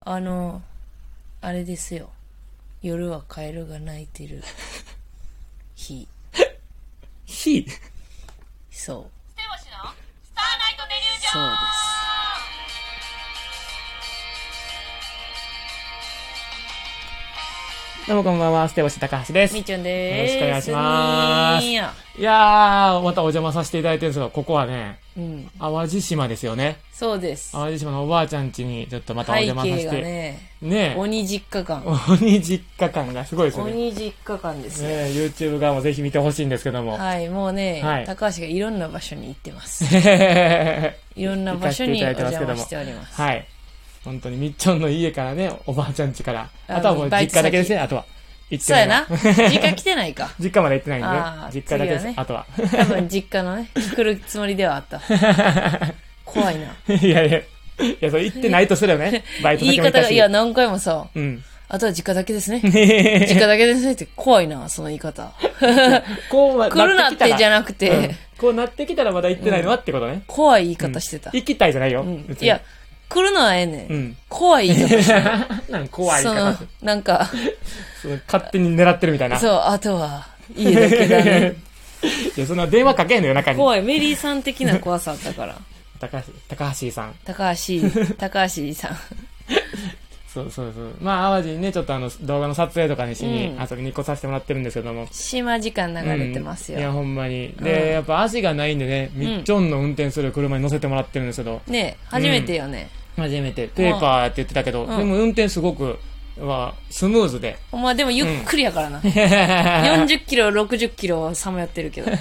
あの、あれですよ。夜はカエルが鳴いて る日。火そう。ステボシのスターナイトデリュージそうョンどうもこんばんは、ステボシ高橋でです。す。みーいちゃんです。よろしくお願いしまやー、またお邪魔させていただいてるんですが、ここはね、す。うん。淡路島ですよね。そうです。淡路島のおばあちゃん家に、ちょっとまたお背邪魔さ景せがて。ね、ねえ鬼実家感。鬼実家感がすごいですよね。ね鬼実家感ですよ。え YouTube 側もぜひ見てほしいんですけども。はい、もうね、はい高橋がいろんな場所に行ってます。 いろんな行場かせ所ていにおただいて邪ますけど魔もしております。はい。本当にみっちょんの家からね、おばあちゃん家から。ああとはもうバ実イ家ト先だけですね、あとは。行ってそうなやいのな。実家来てないか。 実家まで行ってないんでねあー、実家だけです、次はねあとは。 多分実家のね、来るつもりではあった。怖いな。いやいや、いや、それ行ってないとすれば ね、バイト言い先もい方たが、し。いや、何回もさ、うん。あとは実家だけ ですね。実家だけですねって怖いな、その言い方。こうは来るなってじゃななくきたらて、うんこうなってきたらまだ行ってないのはってことね。怖い言い方してた。行きたいじゃないよ。うん別にいや、、来るのはええね。うんん。怖い言い方して なんか怖いそ言いの方。、なんか、その勝手に狙ってるみたいな。そう、あとは家だけだね。 いや、そんな電話かけんのよ、中に。怖い、メリーさん的な怖さあった から。高橋、高橋さん。高橋、高橋さん。そうそうそう。まあ、淡路にね、ちょっとあの、動画の撮影とかにしに、うん遊びに来させてもらってるんですけども。島時間流れてますうんいや、よ。ほんまに。で、うんやっぱ足がないんでね、みっちょんの運転する車に乗せてもらってるんですけど、ねえ初めてよね。初めて。ペーパーって言ってたけど、うんでも運転すごく、は、スムーズで。ほんま、でもゆっくりやから な。40キロ、60キロさまよってるけど。うん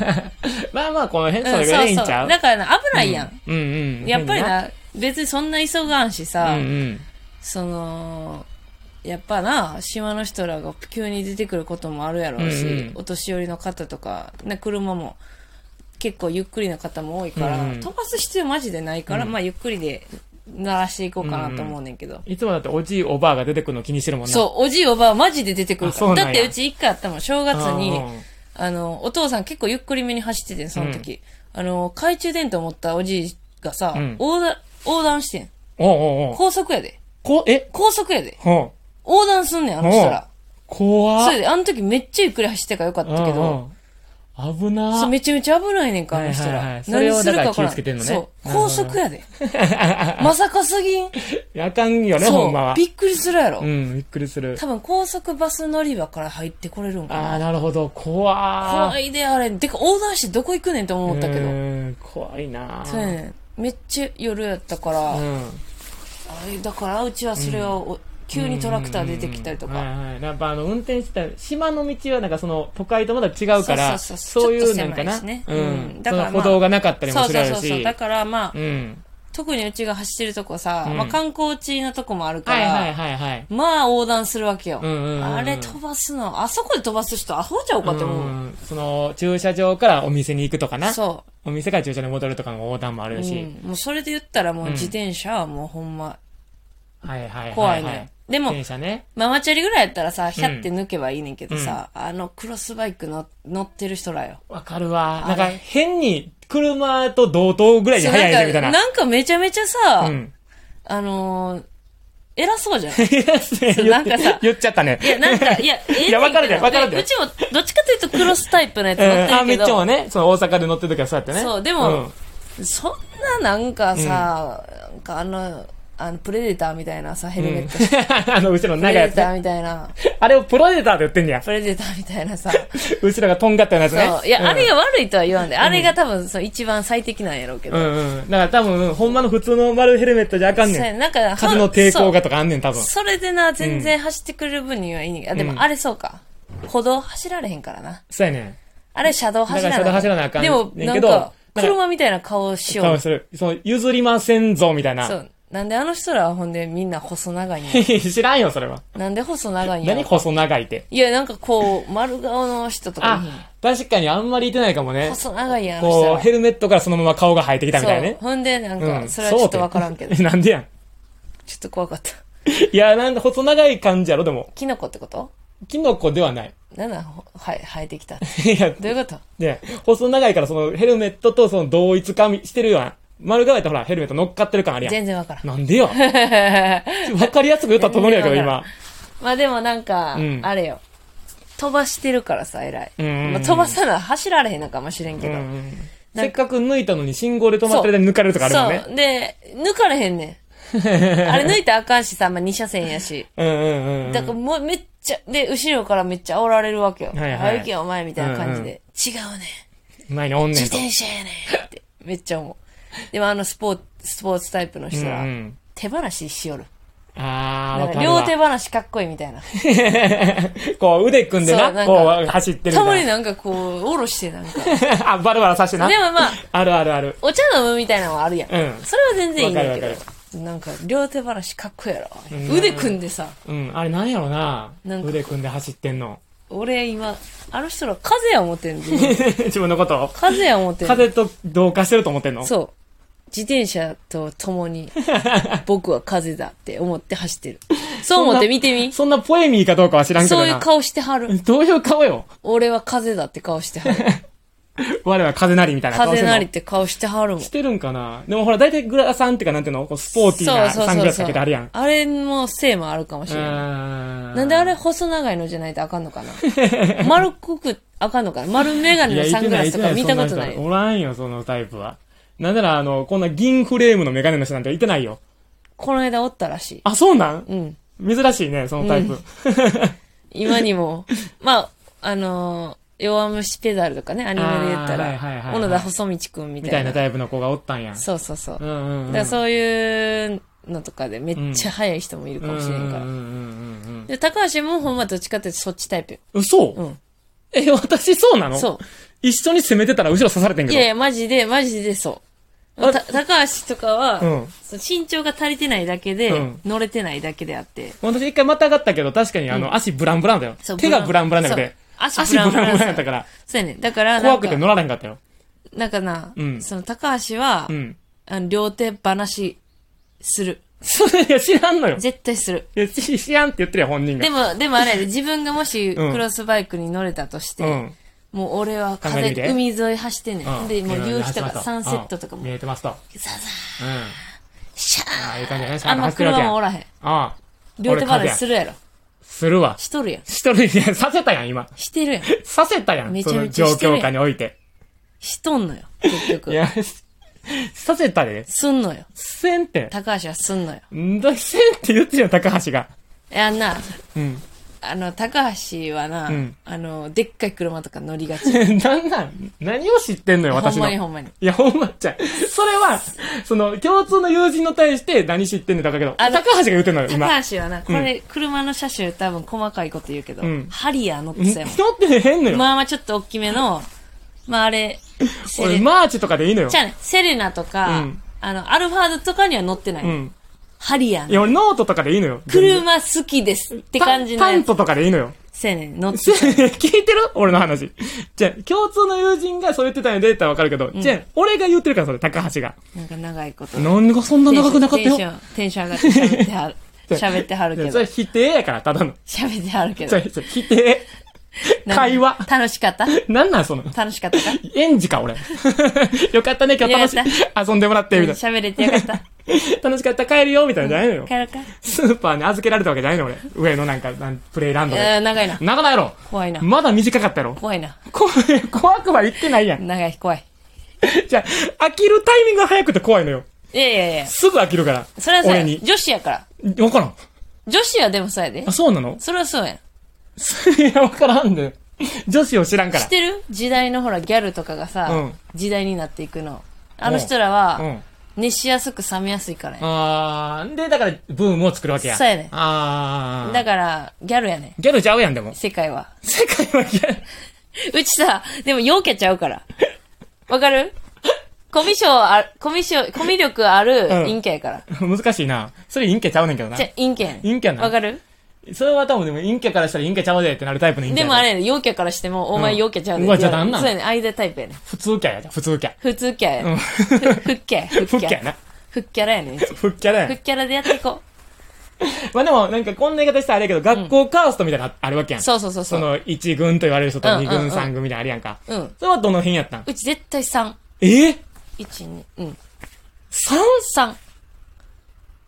まあまあ、この辺、そそうれぐらいでいいんそう。ちゃうだからな、危ないやん。うんうん。やっぱりな、別にそんな急がんしうさ、んうん。その、やっぱな、島の人らが急に出てくることもあるやろうし、うんうんお年寄りの方とか、ね、車も結構ゆっくりな方も多いから、うんうん飛ばす必要マジでないから、まあゆっくりで鳴らしていこうかなと思うねんけど。いつもだっておじいおばあが出てくるの気にしてるもんな。そう、おじいおばあマジで出てくるあかそうら。なんだやってうち一回あったもん、正う月んに、うんあの、お父さん結構ゆっくりめに走っててん、その時。あの、懐中電灯持ったおじいがさ、うん横断、横断してん。おうおうおう高速やで。こ、え高速やで。ほう。横断すんねん、あの人ら。怖っそれで、あの時めっちゃゆっくり走ってたからよかったけど、うんうん危なそうーめちゃめちゃ危ないねんか、あの人はいはいはらい。それ何をするか分からだから気をつけてんん。のねそう。なるほど高速 やで。まさかすぎん。やかんよね、ほそんまはう。。びっくりするやろう。ん、びっくりする。多分高速バス乗り場から入ってこれるんかああ、な。なるほど。怖怖い。いで、あれ。てか、横断してどこ行くねんと思ったけうど。ーん怖いなーそうやねん。めっちゃ夜やったから、うあん。れ、だからうちはそれを、お急にトラクター出てきたりとうんうんか。うんはいはい、やっぱあの運転してた島の道はなんかその都会とまだ違うからそうそうそうそういちょっうとな狭んかいな、しねううんんだからまあその歩道がなかったりそもうすそるうしそうそう。だからまあ、うん、特にうちが走ってるとこさ、うんまあ観光地のとこもあるかはいら、はいはいはいまあ横断するわけよ。うんうんうんあれ飛ばすの、あそこで飛ばす人アホちゃうかって思う。んその駐車場からお店に行くとかなそお店から駐車場に戻るとかの横断もあう、るうし、ん。もうそれで言ったらもう自転車はもうほんまはいはいはい、はい、怖いね。でも、電車ねママチャリぐらいやったらさ、ひゃって抜けばいいねんけどさ、あのクロスバイクの乗ってる人らよ。わかるわあなれんか変に車と同等ぐらいでそう速いねみなたんか、いななんかめちゃめちゃさ、うん、 あのー偉そうじゃないうななんかさ言っちゃったねいや、なんか、いや、ええねんけどいやわかるでわかるでうちも、どっちかというとクロスタイプのやつ乗うん、あってみるけっちゃんど、はね、その大阪で乗ってる時はそうやってね。そうでもんそんななんかさ、なんかあの、あの、プレデターみたいなさ、ヘルメットして あの、後ろのプ長いレやデつ、タね。ーみたいな、あれをプロデターって言ってんねや。プレデターみたい なさ、後ろがとんがったようなやつそね。う。いや、あれよ。が悪いとは言わんで、あれが多分そう一番最適なんやろうけうど。んうん。だから多分、ほんまの普通の丸ヘルメットじゃあかんそうやねん。なんか、風の抵抗ががとかあんねん、多分。それでな、全然走ってくれる分にはいいねんけど、あ、でうんもあれそうか。歩道走られへんからな。そうやねあれ車道走らなだから車道走らなあかんでも、ねんなけんどか、なんか車みたいな顔しよん。多分う。する。その、譲りませんぞ、みたいそな。う。なんであの人らはほんでみんな細長いんや 知らんよ、それは。なんで細長いんや何細長いって。いや、なんかこう、丸顔の人とかいいあ、確かにあんまりいてないかもね。細長いやん、あの人こらう、ヘルメットからそのまま顔が生えてきたみたいなそうね。ほんで、なんうか、ん。それはちょっとわからんけど、 そうて なんでやん。ちょっと怖かった。いや、なんで、細長い感じやろ、でも。キノコってことキノコではない。なんなんほはい、生えてきたって。いや、どういうことで、細長いからそのヘルメットとその同一化してるような丸顔やったらほら、ヘルメット乗っかってる感あるやん。全然わからん。な んでよ。わかりやすく言ったと思うやけど、全然わ今か。まあでもなんか、うんあれよ。飛ばしてるからさ、偉い。うんうんうんまあ、飛ばさな、走られへんのかもしれんけうど。んうんせっかく抜いたのに信号で止まってる間に抜かれるとかあるもんねそ。う。で、抜かれへん ねん。あれ抜いたらあかんしさ、まあ2車線やし。うんうんうんうん。だからもうめっちゃ、で、後ろからめっちゃ煽られるわけよ。はいはいあ行けよお前みたいな感じで。違うねん。前におんね自んと。転車やねんって。めっちゃ思う。でもあのスポーツ、スポーツタイプの人ら、うんうん手放ししよる。あー、なわんかかる両手わ。話かっこいいみたいな。こう腕組んでそうなな、んかこう走ってるみたまたにいな。なんかこう、おろしてなんか。 あ、バラバラさしてな。でもまあ、あるあるある。お茶飲むみたいなのはあるやん。うんそれは全然いいんだけわかるわど。なんか、両手話かっこやろ。ん腕組んでさ、うん、あれなんやろな。なんか腕組んで走ってんの。 俺今、あの人ら風や思ってんの。自分のこと風や思ってんの。風と同化してると思ってんのそう。自転車と共 に、僕は風だって思って走ってる。そう思って見てみ。そんなポエミーかどうかは知らんけどそな。ういう顔してはる。どういう顔よ。俺は風だって顔しては る。我は風なりみたいな顔して風んのなりって顔してはるもんし。てるんかなでもほら、大体グラサンっていうかなんていうのこうスポーティーなサングラスかけてあるやん。うあれもせいもあるかもしれない。ーんなんであれ細長いのじゃないとあかんの かな丸っこくあかんのかな丸メガネのサングラスとか見たことないそん人。おらんよ、そのタイプは。なんなら、あの、こんな銀フレームのメガネの人なんていてないよ。この間おったらしあ、そうなんい。うん。珍しいね、そのタイプ。今に も。まあ、あのー弱虫ペダルとかね、アニメで言ったあーはいはいはいはら、い小野田細道くんみみたたいいなな。タイプの子がおったんや。そうそうそう。うだかんうんうん。らそういうのとかでめっちゃ速い人もいるかもしれんかうんらう。んうんうんうんで、高橋もほんまどっちかっていうとそっちタイプよ。嘘、うんえ、私そうなのそ一緒に攻めてたら後ろ刺されてんう。けいど。やいや、マジで、マジでそう。あた高橋とかは、うんそう身長が足りてないだけで、うん乗れてないだけであって。私一回またがったけど、確かにあの、足ブランブランだよそう。手がブランブランだけそうで。足ブランブラン足ブランブランやったから。そうやね。だからなん怖か、くて乗られんかったよ。なんかな、うんその高橋は、うん。あの両手話する。それ、いや、知らんのよ。絶対する。いや、知知らんって言ってるやん、本人が。でも、でもあれやで、自分がもしうんクロスバイクに乗れたとして、うん。もう俺は考えて風、みて海沿い走ってんねん。うんで、もう夕日走とってまかしたサンセットとかうもん、見えてますと。うん。ザザー、シャああ、いう感じやね。ーあの車もおららへん。ああ。両手俺話風すやるやろ。するわ。しとるやん。しとる、いや、させたやん、今。してるやん。させたやん、めそちゃのめちゃ状してるやん況下において。しとんのよ、結い局。や、させたで。すんのよ。せんって。高橋はすんのよ。んだ、せんって言ってるよ、高橋が。いやな、うん。あの、高橋はな、うんあの、でっかい車とか乗りがち。 なんなん何を知ってんのよ、ほん私の。まにいほんまに。や、ほんまっちゃう。それは、その、共通の友人の対して何知ってんのかだけど、あ高の橋が言ってんのよ、今。高橋はな、これ、車の車種多分細かいこと言うけど、うんハリアー乗ってた人よ。って変のよ。まあまあちょっと大きめの、まああれ、セ俺、レ、マーチとかでいいのよじ。ゃあね、セレナとか、うんあの、アルファードとかには乗ってない。うん。ハリアーいの。や、俺、ノートとかでいいのよ。車好きですって感じのタタやンつ。トとかでいいのよ。せやねん乗ってせ 聞いてる俺の話。じゃあ、共通の友人がそう言ってたんやでったらわかるけど、じゃあ、俺が言ってるから、それ、高橋が。なんか長いこと。なんがそんな長くなかったテよ。いンション、テンション上がって喋ってはる。喋ってはるけやどそれ。否定やから、ただの。喋ってはるけそど。れそれ否定。 なん会話。楽しかったなんなん、その。楽しか ったか園児か、俺。よかったね、今日楽しいよか。遊んでもらって、みたい喋れてよかった。な。楽しかった、帰るよ、みた いなのじゃないのよ帰。ろうか。スーパーに預けられたわけじゃないの、俺。上のなんか、なんプレイランドで。えー、長いな。長ないやろ。怖いな。まだ短かったやろ。怖いな。怖い怖くは言ってないやん。長い、怖い。じゃあ、飽きるタイミングが早くて怖いのよ。いやいやいや。すぐ飽きるから。それはそう俺や。に。女子やから。わからん。女子はでもそうやであ、。そうなのそれはそうやん。いや、わからんで。女子を知らんか知らっ。てる時代のほら、ギャルとかがうさん、時代になっていくの。あの人らはうん、熱しやすく冷めやすいからや。あー、で、だから、ブームを作るわけや。そうやねあー。だから、ギャルやね。ギャルちゃうやん、でも。世界は。世界はギャル。うちさ、でも陽キャちゃうから。わかるコミュ障あ、コミュ障、コミュ力あるうん陰キャやから。 難しいな。それ陰キャちゃうねんけどなじゃ。、陰キャやねん。陰キャなわかるそれは多分でも陰キャからしたら陰キャちゃうでってなるタイプの陰キャでやもな。あれやね、陽キャからしても、お前陽キャちゃうねうわじゃあなんなんそうやね、間タイプやね。普通キャやじゃん、普通キャ。普通キャやうんね。ふふっきゃや、ふっ ふっききゃゃややな。ふっきゃらやねん。 ふふっきゃだよっ。きゃらでやっていこまあでも、なんかこんな言い方したらあれやけど、学校カーストみたいなのあるわけやん。う。そうそうそうそそう。の、1軍と言われる人とうんうんうん2軍、3軍みたいなのあるやんか。うん。それはどの辺やったんうち絶対3。え1、2、うん。 3? 3。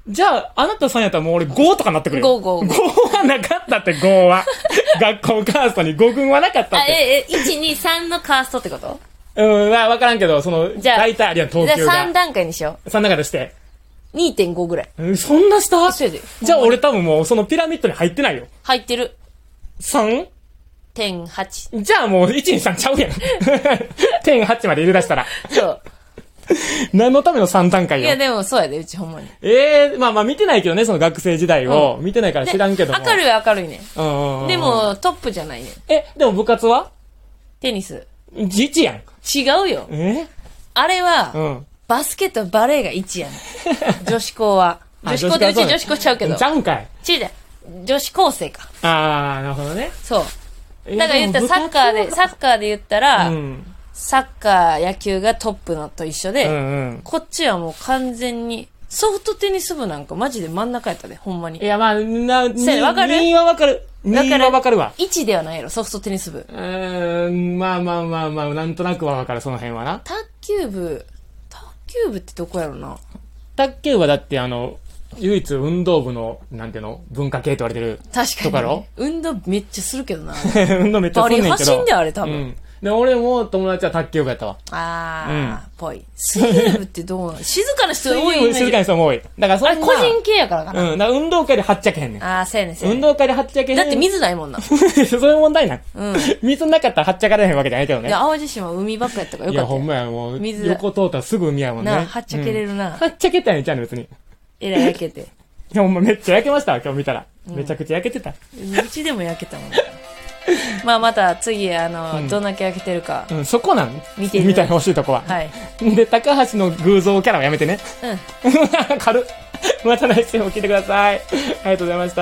じゃあ、あなた3やったらもう俺5とかなってくるよ。 5 5 5はなかったって、5は。 学校カーストに5軍はなかったっあ、て。え、え、1、2、3のカーストってことうん、まあわからんけど、その、じゃあ大体あるやん、じゃ東急あ3が。段階にしよ3の中でして。う。2.5ぐらい。うんそんな下そうやでじゃあ俺多分もうそのピラミッドに入ってないよ。入ってる。 3? 点8。じゃあもう1、2、3ちゃ うやん。点8まで入れ出したら。そう。何のための3段階いや、よ。でもそうやで、うちほんまに。ええまあまあ見てないけどね、その学生時代を。見てないからで知らんけども。明るいは明るいね。うんうんうん。で。も、トップじゃないね。え、でも部活はテニス。 ?1 やん。違うよ。えあれは、うん。バスケとバレーが1やね 女子校は。あ女子校ってうち女子校女はそうね子校ちゃうけど。ちゃうんかい。違う違う。女子高生か。あー、なるほどね。そう。えだから言ったらサッカーで、。サッカーで言ったら、も部活はうん。サッカー、野球がトップのと一緒で、うんうん。こっちはもう完全に、ソフトテニス部なんかマジで真ん中やったで、ほんまいに。や、まあ、な、そうやわかる2はわかる。2はわかるわ。 1ではないやろ、ソフトテニス部。うーん、まあまあまあまあ、なんとなくはわかる、その辺はな。卓球部、卓球部ってどこやろな。卓球はだって、あの、唯一運動部の、なんていうの、文化系と言われてる。 確かに、とかろ運動めっちゃするけど な。運動めっちゃすんねんけど。バリ走んであれ多分うん。で、俺も友達は卓球部やったわ。あー、ぽい。水泳部ってどうなの静かな人多いイメージ静かに人も多い。だからそんあなれ個人系やからかな。うん、だから運動会ではっちゃけへんねん。あー、そうやねん、そうや運ねん動会ではっちゃけへん。だって水ないもんな。い水 そういう問題なん。うん水なかったらはっちゃかれへんわけじゃないけどね。や、淡路島海ばっかやったからよいかや、ったほよ。んまや、もう、水横通ったらすぐ海やもんね。なあはっちゃけれるなうんはっちゃけたんやんちゃうの、別に。いえらい焼けて。や、ほんまめっちゃ焼けましたわ、今日見たら。めちゃくちゃ焼けてた。うちでも焼けたもんな。まあまた次、あの、どんだけ焼けてるか。うん、そこなん見てるみたいな欲しいとこは。はい。で、高橋の偶像キャラはやめてね。うん。 軽っ。また来週も聞いてください。ありがとうございました。